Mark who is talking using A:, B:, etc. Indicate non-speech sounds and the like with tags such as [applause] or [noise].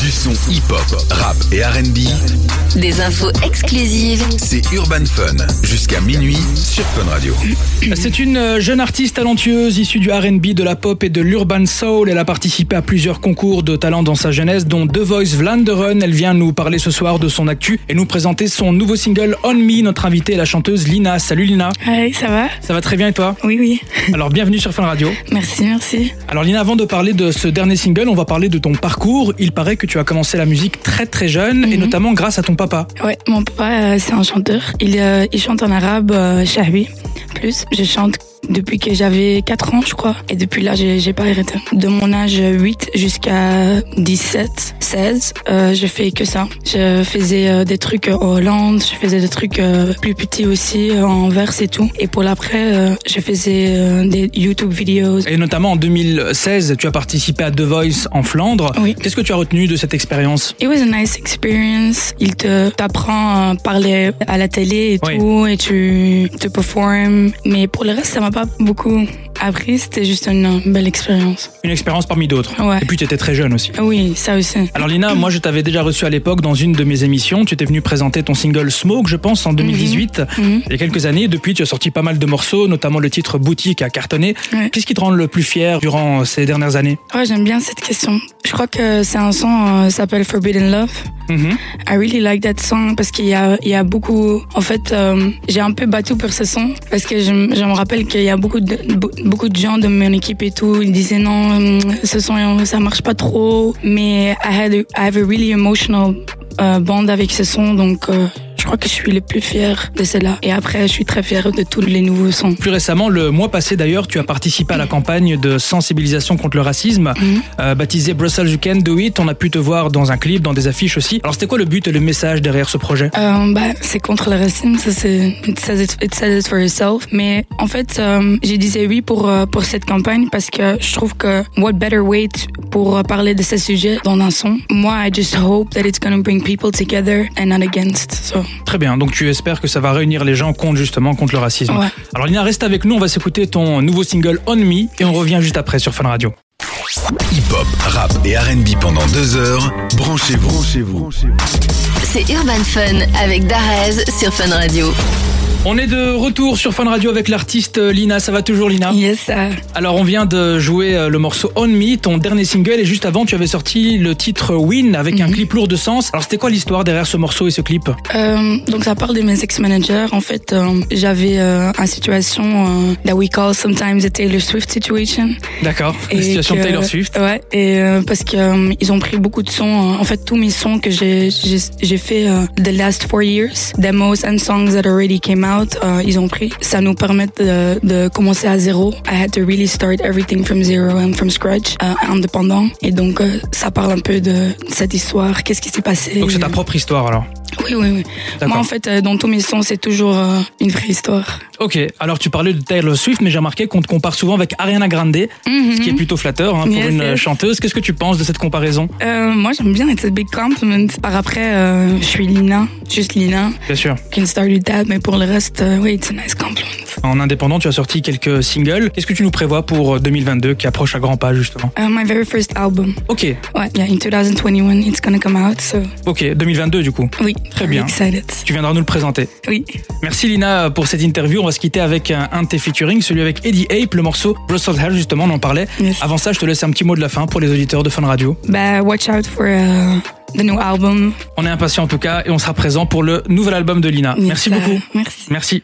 A: Du son hip-hop, rap et RB,
B: Des infos exclusives.
A: c'est Urban Fun. Jusqu'à minuit sur Fun Radio.
C: C'est une euh, jeune artiste talentueuse issue du RB, de la pop et de l'urban soul. Elle a participé à plusieurs concours de talent dans sa jeunesse, dont The Voice Vlaanderen. Elle vient nous parler ce soir de son actu et nous présenter son nouveau single On Me. Notre invitée est la chanteuse Lina. Salut Lina,
D: Ouais, Ah ça va
C: ça va très bien et
D: [laughs]
C: toi
D: Oui, oui.
C: Alors bienvenue sur Fun Radio.
D: Merci, merci.
C: Alors Lina, avant de parler de ce dernier single, on va parler de ton parcours. Il paraît que tu as commencé la musique très très jeune et
D: Mhm.
C: notamment grâce à ton papa.
D: Ouais, mon papa, euh, c'est un chanteur. Il, euh, il chante en arabe, euh, shahbi. Plus, je chante depuis que j'avais 4 ans, je crois. Et depuis là, j'ai j'ai pas arrêté. De mon âge 8 jusqu'à 17, 16, euh, je fais que ça. Je faisais euh, des trucs en Hollande, je faisais des trucs euh, plus petits aussi, euh, en verse et tout. Et pour l'après, euh, je faisais euh, des YouTube vidéos.
C: Et notamment en 2016, tu as participé à The Voice en Flandre.
D: Oui.
C: Qu'est-ce que tu as retenu de cette expérience
D: It was a nice experience. Il te t'apprend à parler à la télé et
C: Oui.
D: tout, et tu te performes. Mais pour le reste, ça m'a pas beaucoup appris. C'était juste une belle expérience.
C: Une expérience parmi d'autres.
D: Ouais.
C: Et puis tu étais très jeune aussi.
D: Ah Oui, ça aussi.
C: Alors Lina, moi je t'avais déjà reçu à l'époque dans une de mes émissions. Tu t'es venue présenter ton single Smoke, je pense, en 2018.
D: Mhm.
C: Il y a quelques années, depuis tu as sorti pas mal de morceaux, notamment le titre Boutique à cartonné.
D: Ouais.
C: Qu'est-ce qui te rend le plus fier durant ces dernières années
D: Ouais, j'aime bien cette question. Je crois que c'est un son euh, s'appelle Forbidden Love.
C: Mhm.
D: I really like that song parce qu'il y a, il y a beaucoup. En fait, euh, j'ai un peu battu pour ce son parce que je, m- je me rappelle qu'il y a beaucoup de, be- beaucoup de gens de mon équipe et tout. Ils disaient non, hum, ce son euh, ça marche pas trop. Mais I had a- I have a really emotional euh, band avec ce son donc. euh, je crois que je suis le plus fier de celle-là. Et après, je suis très fière de tous les nouveaux sons.
C: Plus récemment, le mois passé d'ailleurs, tu as participé à la campagne de sensibilisation contre le racisme,
D: Mhm.
C: euh, baptisée Brussels You Can Do It. On a pu te voir dans un clip, dans des affiches aussi. Alors c'était quoi le but et le message derrière ce projet
D: Euh, bah, c'est contre le racisme, ça c'est it says it, it says it for itself. Mais en fait, euh, j'ai disais oui pour euh, pour cette campagne parce que je trouve que what better way to- pour euh, parler de ce sujet dans un son. Moi, I just hope that it's gonna bring people together and not against. So
C: Très bien, donc tu espères que ça va réunir les gens contre justement contre le racisme.
D: ouais.
C: Alors Lina, reste avec nous, on va s'écouter ton nouveau single On Me et on revient juste après sur Fun Radio.
A: Hip-hop, rap et RB pendant deux heures. Branchez-vous. Branchez-vous.
B: C'est Urban Fun avec Darez sur Fun Radio.
C: On est de retour sur Fun Radio avec l'artiste euh, Lina, ça va toujours Lina
D: Yes, ça.
C: Alors on vient de jouer euh, le morceau On Me, ton dernier single, et juste avant tu avais sorti le titre Win avec
D: Mhm.
C: un clip lourd de sens. Alors c'était quoi l'histoire derrière ce morceau et ce clip
D: Euh, donc ça parle de mes ex-managers. En fait, euh, j'avais euh, une situation euh, that we call sometimes a Taylor Swift situation.
C: D'accord,
D: Et
C: la situation
D: que-
C: Taylor Swift.
D: Ouais, et euh, parce que euh, ils ont pris beaucoup de sons. euh, en fait, tous mes sons que j'ai j'ai j'ai fait euh, the last four years, demos and songs that already came out, euh, ils ont pris. Ça nous permet de, de commencer à zéro. I had to really start everything from zero and from scratch, euh, indépendant. Et donc euh, ça parle un peu de cette histoire. Qu'est-ce qui s'est passé
C: Donc c'est ta propre histoire alors.
D: Oui, oui, oui. Moi,
C: D'accord.
D: en fait, euh, dans tous mes sons, c'est toujours euh, une vraie histoire.
C: Ok, alors tu parlais de Taylor Swift, mais j'ai remarqué qu'on te compare souvent avec Ariana Grande, ce qui est plutôt flatteur hein, pour
D: Mhm. Yes,
C: une euh,
D: yes.
C: chanteuse. Qu'est-ce que tu penses de cette comparaison
D: Euh, moi, j'aime bien It's a Big Compliment. Par après, euh, je suis Lina, juste Lina.
C: Bien sûr.
D: Can start with that, mais pour le reste, euh, oui, it's a nice compliment.
C: En indépendant, tu as sorti quelques singles. Qu'est-ce que tu nous prévois pour euh, 2022 qui approche à grands pas justement
D: Uh, my very first album.
C: Ok,
D: Ouais, yeah, in 2021, it's gonna come out, so
C: ok, 2022 du coup.
D: oui.
C: Très
D: I'm
C: bien.
D: excited.
C: Tu viendras nous le présenter.
D: Oui.
C: Merci Lina pour cette interview. On va se quitter avec un, un de tes featuring, celui avec Eddie Ape, le morceau Brussels Hell justement, on en parlait.
D: Yes.
C: Avant ça, je te laisse un petit mot de la fin pour les auditeurs de Fun Radio.
D: Bah, watch out for uh, the new album.
C: On est impatients en tout cas et on sera présent pour le nouvel album de Lina. Merci
D: Bah,
C: beaucoup.
D: Merci.
C: Merci.